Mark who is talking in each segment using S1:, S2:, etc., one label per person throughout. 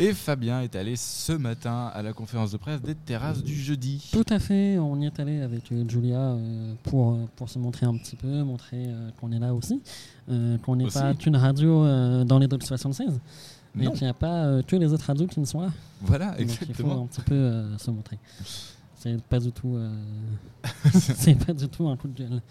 S1: Et Fabien est allé ce matin à la conférence de presse des terrasses du jeudi.
S2: Tout à fait, on y est allé avec euh, Julia euh, pour, euh, pour se montrer un petit peu, montrer euh, qu'on est là aussi, euh, qu'on n'est
S1: Aussi.
S2: pas une radio euh, dans les 76 et
S1: Non.
S2: qu'il n'y a pas euh, que les autres radios qui ne sont là.
S1: Voilà,
S2: Donc il faut
S1: exactement.
S2: un petit peu euh, se montrer. C'est pas du tout, euh, c'est pas du tout un coup de gueule.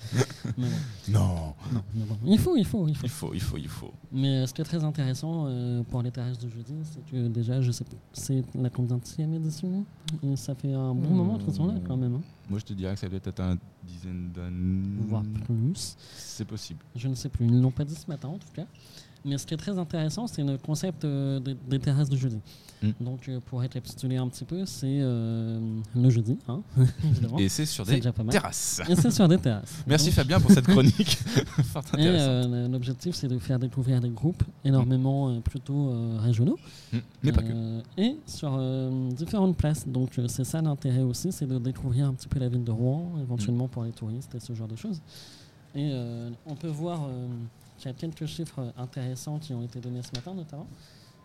S2: Mais bon,
S1: Non.
S2: non, mais bon, il faut, il faut, il faut.
S1: Il faut, il faut, il faut.
S2: Mais euh, ce qui est très intéressant euh, pour les terrasses de jeudi, c'est que déjà, je sais pas, c'est la combienième édition Et ça fait un
S1: Hmm.
S2: bon moment qu'ils sont là quand même, hein,
S1: Moi, je te dirais que ça doit être un dizaine d'années.
S2: voire plus.
S1: C'est possible.
S2: Je ne sais plus, ils ne l'ont pas dit ce matin en tout cas. Mais ce qui est très intéressant, c'est le concept euh, des, des terrasses de jeudi.
S1: Mm.
S2: Donc euh, pour récapituler un petit peu, c'est euh, le jeudi, hein, évidemment.
S1: Et c'est sur
S2: C'est
S1: des
S2: déjà pas mal.
S1: terrasses.
S2: Et c'est sur des terrasses.
S1: Merci
S2: Donc,
S1: Fabien pour cette chronique fort
S2: Et
S1: intéressante.
S2: euh, l'objectif, c'est de faire découvrir des groupes énormément euh, plutôt euh, régionaux.
S1: Mm. Mais pas que.
S2: Euh, Et sur euh, différentes places. Donc, euh, c'est ça l'intérêt aussi, c'est de découvrir un petit peu la ville de Rouen, éventuellement
S1: Mm.
S2: pour les touristes et ce genre de choses. Et euh, on peut voir euh, qu'il y a quelques chiffres euh, intéressants qui ont été donnés ce matin, notamment.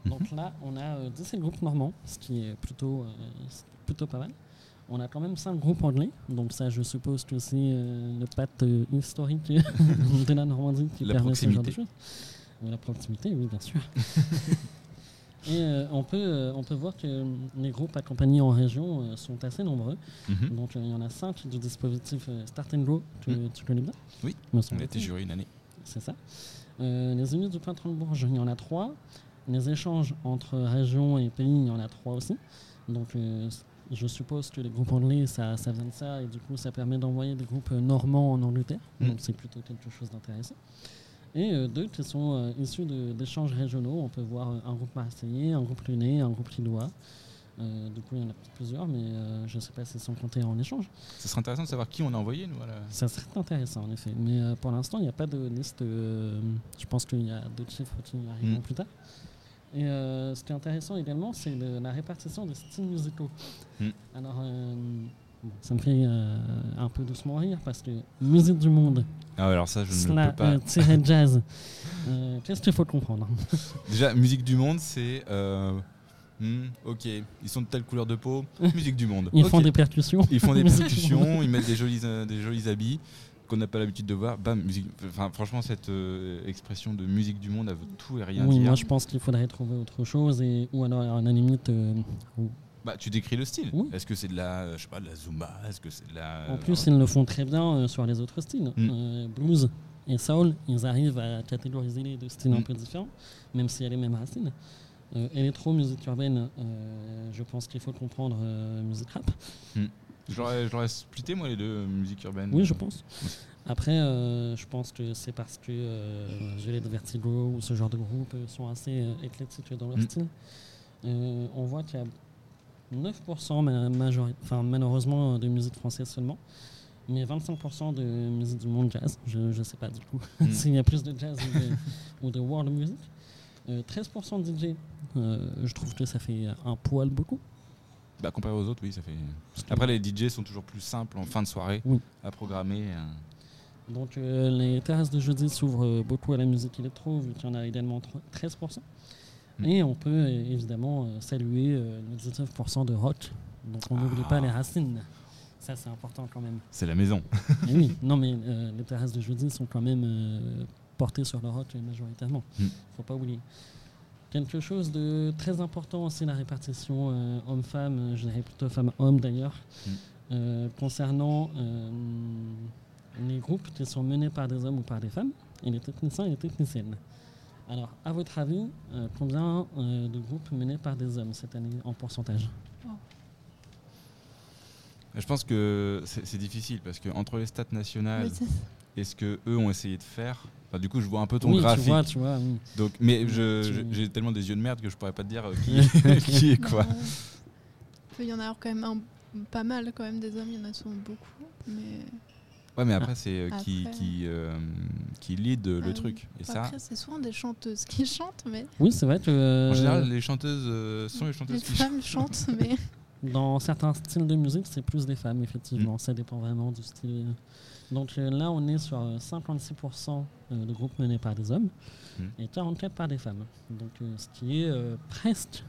S1: Mm-hmm.
S2: Donc là, on a euh, 17 groupes normands, ce qui est plutôt, euh, c'est plutôt pas mal. On a quand même 5 groupes anglais, donc ça, je suppose que c'est euh, le pacte euh, historique de la Normandie qui
S1: La
S2: permet ce genre de
S1: proximité.
S2: choses. Euh, La proximité, oui, bien sûr. Et euh, on, peut, euh, on peut voir que euh, les groupes accompagnés en région euh, sont assez nombreux.
S1: Mhm.
S2: Donc euh, il y en a 5 du dispositif euh, Start and Go que tu connais bien.
S1: Hmm. Oui,
S2: me
S1: On a
S2: semble-t-il.
S1: été juré une année.
S2: C'est ça. Euh, les Unis du printemps de Bourges, il y en a trois. Les échanges entre régions et pays, il y en a trois aussi. Donc, euh, je suppose que les groupes anglais, ça, ça vient de ça, et du coup, ça permet d'envoyer des groupes euh, normands en Angleterre.
S1: Mm.
S2: Donc, c'est plutôt quelque chose d'intéressant. Et euh, deux qui sont euh, issus de- d'échanges régionaux. On peut voir euh, un groupe marseillais, un groupe lyonnais, un groupe lillois. Euh, du coup, il y en a plusieurs, mais euh, je ne sais pas si c'est sans compter en échange.
S1: Ce serait intéressant de savoir qui on a envoyé, nous. à la-
S2: Ça serait intéressant en effet, mais euh, pour l'instant il n'y a pas de liste. euh, je pense qu'il y a d'autres chiffres qui arriveront
S1: Mm.
S2: plus tard. Et euh, ce qui est intéressant également, c'est le- la répartition des styles musicaux.
S1: Mm.
S2: Alors, euh, bon, ça me fait euh, un peu doucement rire parce que musique du monde,
S1: Ah, alors ça, je ne
S2: cela
S1: peux pas.
S2: jazz. Euh, Qu'est-ce qu'il faut comprendre
S1: Déjà, musique du monde, c'est. euh, hmm, ok, ils sont de telle couleur de peau. Musique du monde.
S2: Ils
S1: Ok.
S2: font des percussions.
S1: Ils font des
S2: Musique du
S1: percussions, ils mettent des jolis, euh, des jolis habits qu'on n'a pas l'habitude de voir. Bam, musique. Enfin, franchement, cette euh, expression de musique du monde, elle veut tout et rien
S2: Oui,
S1: dire.
S2: moi je pense qu'il faudrait trouver autre chose et ou alors à la limite euh,
S1: Bah, tu décris le style.
S2: Oui.
S1: Est-ce que c'est de la, euh, je sais pas, de la zumba Est-ce que c'est de la
S2: En plus, ils le font très bien euh, sur les autres styles.
S1: Mm.
S2: Euh, blues et soul, ils arrivent à catégoriser les deux styles un
S1: Mm.
S2: peu différents, même s'il y a les mêmes racines. Euh, électro, musique urbaine, euh, je pense qu'il faut comprendre euh, musique rap.
S1: j'aurais, j'aurais splitté moi les deux euh, musique urbaine.
S2: Oui, je pense. Après, euh, je pense que c'est parce que euh, Violet de Vertigo ou ce genre de groupe euh, sont assez euh, éclectiques dans leur
S1: Mm.
S2: style. Euh, on voit qu'il y a 9% ma- majori- enfin, malheureusement euh, de musique française seulement, mais 25% de musique du monde jazz. Je ne sais pas du coup
S1: Mm.
S2: s'il y a plus de jazz ou de, ou de world music. Euh, 13% de DJ, euh, je trouve que ça fait un poil beaucoup.
S1: Bah, comparé aux autres, oui, ça fait. Après, les DJ sont toujours plus simples en fin de soirée
S2: Oui.
S1: à programmer. euh.
S2: Donc euh, les terrasses de jeudi s'ouvrent euh, beaucoup à la musique électro, vu qu'il y en a également tro- 13%.
S1: Mm.
S2: Et on peut euh, évidemment euh, saluer euh, les 19% de rock. Donc on n'oublie
S1: Ah.
S2: pas les racines. Ça c'est important quand même.
S1: C'est la maison.
S2: Mais oui, non mais euh, les terrasses de jeudi sont quand même euh, portées sur le rock euh, majoritairement.
S1: Mm.
S2: Faut pas oublier. Quelque chose de très important, c'est la répartition euh, homme-femme, euh, je dirais plutôt femme-homme d'ailleurs,
S1: Mm.
S2: Euh, concernant euh, les groupes qui sont menés par des hommes ou par des femmes, et les techniciens et les techniciennes. Alors, à votre avis, euh, combien euh, de groupes menés par des hommes cette année en pourcentage
S1: Je pense que c'est, c'est difficile parce que entre les stats nationales
S3: Oui, ça,
S1: et ce que eux ont essayé de faire. enfin, du coup, je vois un peu ton
S2: Oui,
S1: graphique.
S2: tu vois, tu vois. oui.
S1: Donc,
S3: Mmh.
S1: mais je-
S2: Tu-
S1: je- j'ai tellement des yeux de merde que je pourrais pas te dire euh, qui, qui est quoi.
S3: non. Il y en a quand même un- pas mal quand même des hommes, il y en a souvent beaucoup. Mais
S1: Ouais, mais après, c'est euh, qui,
S3: Après.
S1: qui, euh, qui lead euh,
S3: Ah
S1: le
S3: oui.
S1: truc. Et ça,
S3: après, c'est souvent des chanteuses qui chantent, mais
S2: Oui, c'est vrai que. euh,
S1: en général, les chanteuses euh, sont les
S3: les
S1: chanteuses qui
S3: femmes chantent, mais
S1: Mm.
S2: Dans certains styles de musique, c'est plus des femmes, effectivement. Ça dépend vraiment du style Donc euh, là, on est sur euh, 56% euh, de groupes menés par des hommes
S1: Mhm.
S2: et 44% par des femmes. Donc euh, ce qui est euh, presque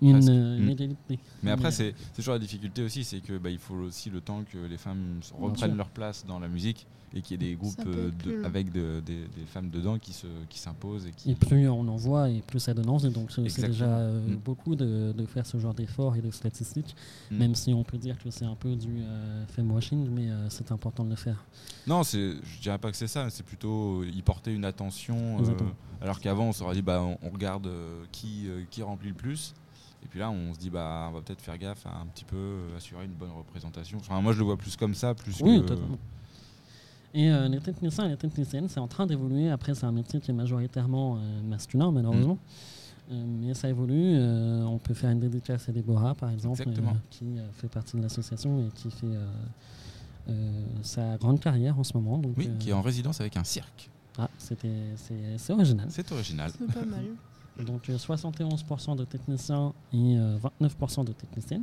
S2: une,
S1: Presque.
S2: euh, une
S1: Mhm.
S2: égalité.
S1: Mais après,
S2: Mais-
S1: c'est c'est toujours la difficulté aussi, c'est que bah, il faut aussi le temps que les femmes se- reprennent
S2: sûr.
S1: leur place dans la musique et qu'il y ait des groupes
S3: peut
S1: euh,
S3: être
S1: de-
S3: plus long.
S1: avec de- des, des femmes dedans qui se qui s'imposent et qui.
S2: Et plus on en voit et plus ça donne et donc c'est- c'est
S1: Exactement.
S2: déjà euh,
S1: Mm.
S2: beaucoup de, de faire ce genre d'efforts et de statistiques,
S1: Mm.
S2: même si on peut dire que c'est un peu du euh, femwashing, mais euh, c'est important de le faire.
S1: Non, c'est je dirais pas que c'est ça, c'est plutôt euh, y porter une attention. euh,
S2: Exactement.
S1: alors qu'avant, on s'aurait dit bah on, on regarde euh, qui euh, qui remplit le plus. Et puis là, on se dit bah on va peut-être faire gaffe à un petit peu euh, assurer une bonne représentation. Enfin, moi, je le vois plus comme ça, plus
S2: Oui,
S1: que.
S2: totalement. Et euh, les techniciens et les techniciennes, c'est en train d'évoluer. Après, c'est un métier qui est majoritairement euh, masculin, malheureusement.
S1: Mm.
S2: Euh, mais ça évolue. Euh, on peut faire une dédicace à Déborah, par exemple,
S1: Exactement.
S2: qui euh, fait partie de l'association et qui fait euh, euh, sa grande carrière en ce moment. Donc,
S1: Oui,
S2: euh,
S1: qui est en résidence avec un cirque.
S2: ah, c'était- c'est c'est original.
S1: C'est original.
S3: C'est pas mal.
S2: Donc euh, 71% de techniciens et euh, 29% de techniciennes,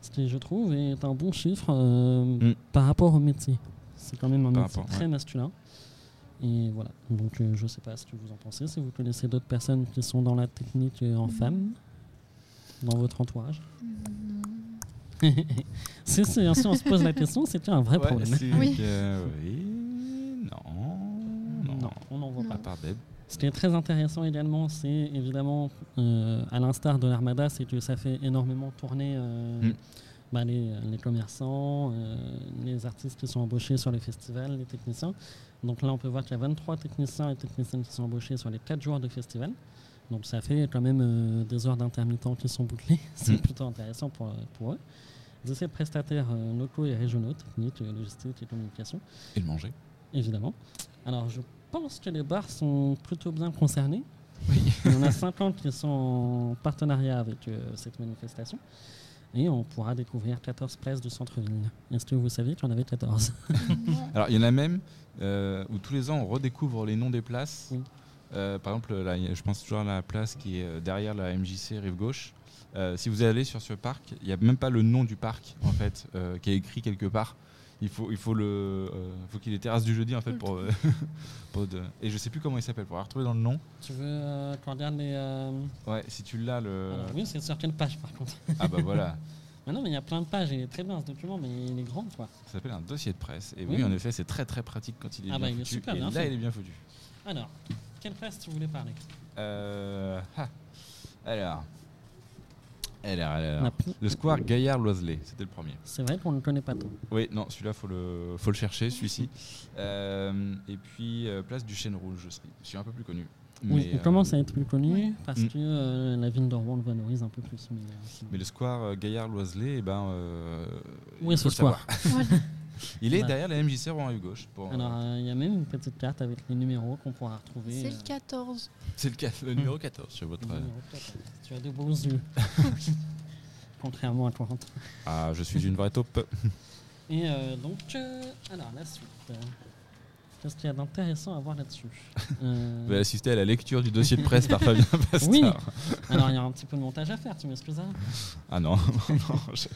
S2: ce qui je trouve est un bon chiffre euh,
S1: Mm.
S2: par rapport au métier. C'est quand même un
S1: Par
S2: métier
S1: rapport,
S2: très masculin. Et voilà, donc euh, je sais pas ce que vous en pensez, si vous connaissez d'autres personnes qui sont dans la technique
S3: Mm.
S2: euh, en femmes, dans votre entourage.
S3: Non.
S2: si, si, si on se pose la question, c'est un vrai
S1: Ouais,
S2: problème.
S1: c'est
S3: Oui.
S1: que- oui, Non. Non.
S2: Non, on n'en voit
S3: Non.
S2: pas.
S1: À part Deb.
S2: Ce qui est très intéressant également, c'est évidemment, euh, à l'instar de l'Armada, c'est que ça fait énormément tourner euh,
S1: Mm.
S2: bah, les, les commerçants, euh, les artistes qui sont embauchés sur les festivals, les techniciens. Donc là, on peut voir qu'il y a 23 techniciens et techniciennes qui sont embauchés sur les 4 jours de festival. Donc ça fait quand même euh, des heures d'intermittents qui sont bouclées. c'est
S1: Mm.
S2: plutôt intéressant pour, pour eux. 17 prestataires euh, locaux et régionaux, techniques, euh, logistique et communication
S1: Et le manger.
S2: évidemment. Alors, je pense que les bars sont plutôt bien concernés. Il y en a 50 qui sont en partenariat avec euh, cette manifestation. Et on pourra découvrir 14 places du centre-ville. Est-ce que vous saviez qu'il y en avait 14
S1: Alors, il y en a même euh, où tous les ans, on redécouvre les noms des places.
S2: Oui.
S1: Euh, par exemple, là, il y a- je pense toujours à la place qui est euh, derrière la MJC rive gauche. Euh, si vous allez sur ce parc, il n'y a même pas le nom du parc en fait euh, qui est écrit quelque part. Il faut, il faut le, euh, faut qu'il y ait les terrasses du jeudi en fait pour, euh, pour de- et je sais plus comment il s'appelle pour la retrouver dans le nom.
S2: Tu veux euh, qu'on regarde les. euh,
S1: Ouais, si tu l'as le.
S2: alors, oui, c'est sur quelle page par contre
S1: Ah bah voilà.
S2: Ah Non, mais il y a plein de pages. Il est très bien ce document, mais il est grand quoi.
S1: Ça s'appelle un dossier de presse. Et oui,
S2: Oui.
S1: en effet, c'est très très pratique quand il est
S2: Ah
S1: bien
S2: bah, il est
S1: foutu.
S2: super
S1: et
S2: bien
S1: là,
S2: fait.
S1: il est bien foutu.
S2: Alors, quelle place tu voulais parler
S1: Euh, ah. Alors. Alors, alors.
S2: On a plus-
S1: Le square Gaillard-Loiselet, c'était le premier.
S2: C'est vrai qu'on ne le connaît pas trop.
S1: Oui, non, celui-là, faut le, faut le chercher, celui-ci. Euh, et puis, euh, place du Chêne Rouge, je suis, je suis un peu plus connu.
S2: Oui, il
S1: euh,
S2: commence à être plus connu parce
S1: Mm.
S2: que euh, la ville de Rouen le valorise un peu plus. mais, euh, sinon-
S1: Mais le square euh, Gaillard-Loiselet, eh ben, euh,
S2: Où
S1: il
S2: est ce
S1: faut le
S2: soir
S1: savoir.
S3: Voilà.
S1: Il est
S2: Bah.
S1: derrière la MJC en rue gauche. pour-
S2: Alors, euh, il y a même une petite carte avec les numéros qu'on pourra retrouver.
S3: C'est
S2: euh,
S3: le 14.
S1: C'est le, cas- le numéro 14 sur votre.
S2: les numéros de carte. Tu as de beaux yeux. Contrairement à Corentin.
S1: Ah, je suis une vraie taupe.
S2: Et euh, donc, euh, alors, la suite. euh, Qu'est-ce qu'il y a d'intéressant à voir là-dessus Euh,
S1: Vous pouvez assister à la lecture du dossier de presse par Fabien Bastard.
S2: Oui. Alors, il y a un petit peu de montage à faire, tu m'excuseras.
S1: Ah non, non, je-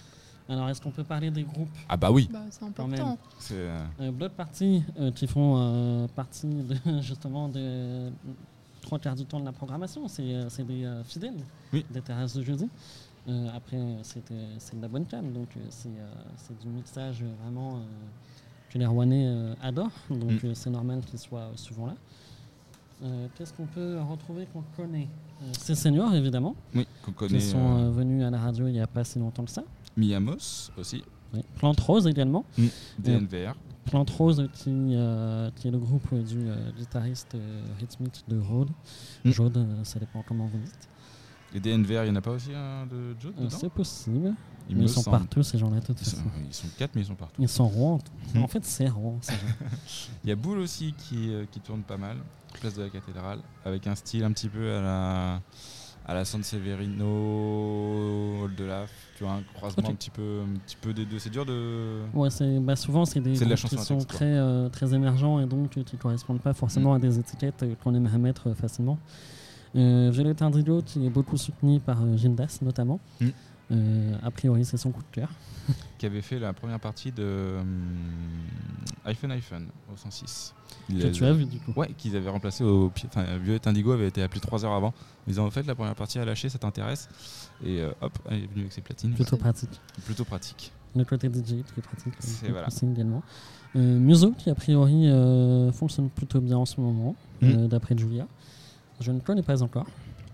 S2: Alors, est-ce qu'on peut parler des groupes
S1: ah bah oui.
S3: Bah, c'est
S2: Quand même.
S3: important.
S1: C'est, euh,
S2: Euh, Blood Party, euh, qui font euh, partie de, justement de trois quarts du temps de la programmation, c'est euh, c'est des euh, fidèles
S1: Oui.
S2: des terrasses de jeudi. Euh, après, euh, c'est euh, c'est de la bonne cam, donc euh, c'est euh, c'est du mixage euh, vraiment euh, que les Rouennais euh, adorent, donc
S1: Mm.
S2: euh, c'est normal qu'ils soient euh, souvent là. Euh, Qu'est-ce qu'on peut retrouver qu'on connaît Euh, Ces seniors, évidemment,
S1: oui, qu'on
S2: qui
S1: connaît.
S2: sont
S1: euh,
S2: euh, venus à la radio il n'y a pas si longtemps que ça.
S1: Miamos aussi,
S2: Oui. Plante Rose également.
S1: DNVR.
S2: Plante Rose, qui, euh, qui est le groupe du euh, guitariste euh, rythmique de Rhodes.
S1: Mm.
S2: Jaude, euh, ça dépend comment vous dites.
S1: Et DNVR, il n'y en a pas aussi un de Joe
S2: Euh,
S1: dedans
S2: c'est possible.
S1: Il me
S2: mais ils sont
S1: semble.
S2: partout, ces gens-là, de toute
S1: Ils sont,
S2: façon.
S1: ils sont quatre, mais ils sont partout.
S2: Ils sont Rouen.
S1: Mm.
S2: En fait, c'est Rouen, ces gens.
S1: Il y a Boule aussi qui, euh, qui tourne pas mal, place de la cathédrale, avec un style un petit peu à la, à la San Severino, Old Laf, tu vois, un croisement
S2: Ok.
S1: un, petit peu, un petit peu des deux. C'est dur de.
S2: Ouais, c'est- bah, souvent, c'est des
S1: C'est de la
S2: groupes qui
S1: chanson à
S2: sont
S1: texte, quoi.
S2: très, euh, très émergents et donc euh, qui ne correspondent pas forcément à des étiquettes euh, qu'on aimerait mettre euh, facilement. Euh, Violette Indigo, qui est beaucoup soutenue par euh, Gildas, notamment.
S1: Mm.
S2: Euh, a priori, c'est son coup de cœur.
S1: qui avait fait la première partie de euh, iPhone iPhone au 106. Il
S2: Que
S1: les
S2: tu as vu du coup.
S1: Ouais, qu'ils avaient remplacé au pied. Enfin, Violette Indigo avait été appelé trois heures avant. Ils disant en fait la première partie à lâcher, ça t'intéresse. Et euh, hop, elle est venue avec ses platines.
S2: Plutôt pratique.
S1: Plutôt pratique.
S2: Le côté DJ qui est pratique. euh,
S1: C'est-
S2: le
S1: voilà.
S2: pressing également. Euh, Muso qui a priori euh, fonctionne plutôt bien en ce moment,
S1: Mm.
S2: euh, d'après Julia. Je ne connais pas encore.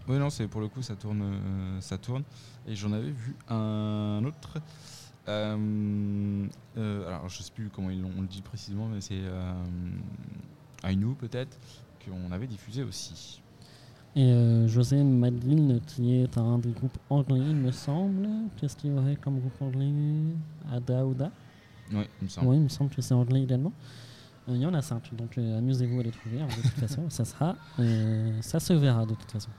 S1: Oui, non, c'est pour le coup, ça tourne, euh, ça tourne. Et j'en avais vu un autre. Euh, euh, alors, je sais plus comment ils l'ont- on le dit précisément, mais c'est euh, Ainu peut-être qu'on avait diffusé aussi.
S2: Et euh, José Madeline qui est un des groupes anglais, il me semble. Qu'est-ce qu'il y aurait comme groupe anglais Ada Oda
S1: Oui, il me semble.
S2: Oui, il me semble que c'est anglais également. Euh, Il y en a cinq, donc euh, amusez-vous à les trouver. hein, de toute façon, ça sera, euh, ça se verra de toute façon.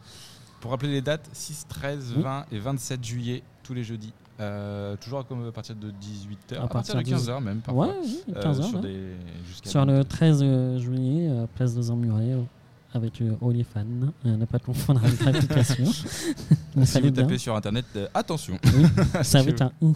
S1: Pour rappeler les dates, 6, 13,
S2: Oui.
S1: 20 et 27 juillet, tous les jeudis. Euh, toujours à, comme- à partir de 18h, à,
S2: À
S1: partir,
S2: partir
S1: de
S2: de-
S1: 15h même parfois.
S2: Ouais, oui,
S1: Euh,
S2: 15
S1: sur,
S2: heures. là.
S1: des- jusqu'à
S2: Sur le 13 euh, juillet, euh, place de Zamuré, avec euh, Olifan. Euh, ne pas confondre avec l'application. Mais
S1: Ah, Si
S2: ça
S1: vous
S2: l'est bien.
S1: tapez sur internet, euh, attention
S2: Oui, ça
S1: Si
S2: va être un i.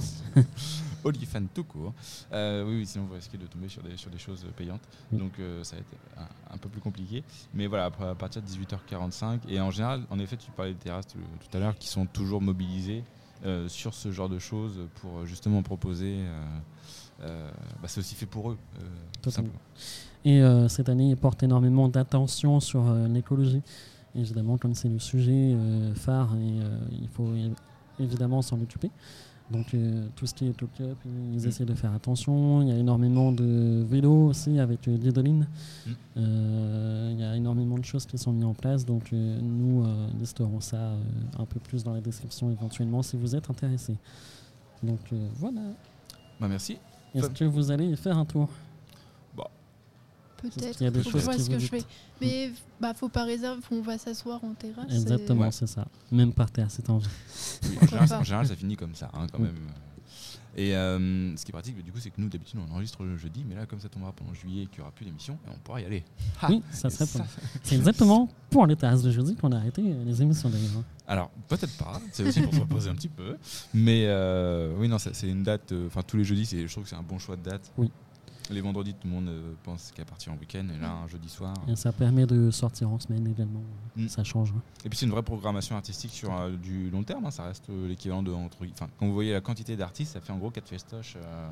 S1: Olifan tout court. Euh, oui, oui, sinon vous risquez de tomber sur des, sur des choses payantes.
S2: Oui.
S1: Donc euh, ça a été un, un peu plus compliqué. Mais voilà, après, à partir de 18h45. Et en général, en effet, tu parlais des terrasses tout, tout à l'heure qui sont toujours mobilisées euh, sur ce genre de choses pour euh, justement proposer. euh, euh, bah, c'est aussi fait pour eux, euh, tout
S2: Totalement.
S1: simplement.
S2: Et euh, cette année, il porte énormément d'attention sur euh, l'écologie. Évidemment, comme c'est le sujet euh, phare, et, euh, il faut é- évidemment s'en occuper. Donc, euh, tout ce qui est top-up, ils
S1: Mm.
S2: essaient de faire attention. Il y a énormément de vélos aussi avec euh, Guédoline.
S1: Mm.
S2: Euh, il y a énormément de choses qui sont mises en place. Donc, euh, nous euh, listerons ça euh, un peu plus dans la description éventuellement si vous êtes intéressé. Donc, euh, voilà.
S1: Bah, merci.
S2: Est-ce
S1: Fab-
S2: que vous allez y faire un tour Parce
S3: Peut-être.
S2: qu'il y a des
S3: Faut
S2: choses
S3: voir
S2: qui
S3: ce que
S2: vous
S3: je fais.
S2: dites.
S3: Mais bah, faut pas réserver, faut- on va s'asseoir en terrasse. et-
S2: Exactement,
S1: Ouais.
S2: c'est ça. Même par terre, c'est en
S1: Oui, en, général,
S3: pas.
S1: en général, ça finit comme ça, hein, quand
S2: Mm.
S1: même. Et euh, ce qui est pratique, bah, du coup, c'est que nous, d'habitude, on enregistre le jeudi, mais là, comme ça tombera pendant juillet et qu'il n'y aura plus d'émission, on pourra y aller. Ah,
S2: Oui, ça
S1: Et
S2: serait
S1: ça,
S2: pas mal. C'est exactement pour les terrasses de jeudi qu'on a arrêté euh, les émissions d'ailleurs.
S1: Alors, peut-être pas, c'est aussi pour se reposer un petit peu. Mais euh, oui, non, ça, c'est une date, euh, enfin tous les jeudis, c'est- je trouve que c'est un bon choix de date.
S2: Oui.
S1: Les vendredis, tout le monde euh, pense qu'à partir en week-end, et là, un jeudi soir.
S2: Et ça permet de sortir en semaine également. euh,
S1: Mm.
S2: Ça change. hein.
S1: Et puis, c'est une vraie programmation artistique sur euh, du long terme, hein, ça reste euh, l'équivalent de. Entre, enfin, quand vous voyez la quantité d'artistes, ça fait en gros 4 festoches euh,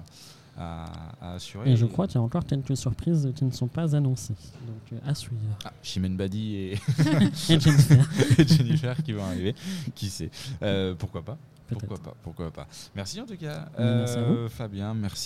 S1: à, à assurer.
S2: Et je crois qu'il y a encore quelques surprises qui ne sont pas annoncées. Donc euh, à suivre.
S1: Ah, Chimène Badi et,
S2: Et Jennifer,
S1: et Jennifer qui vont arriver, qui sait. Euh, pourquoi pas Pourquoi
S2: peut-être.
S1: pas Pourquoi pas Merci en tout cas,
S2: Mais merci à
S1: euh, Fabien. Merci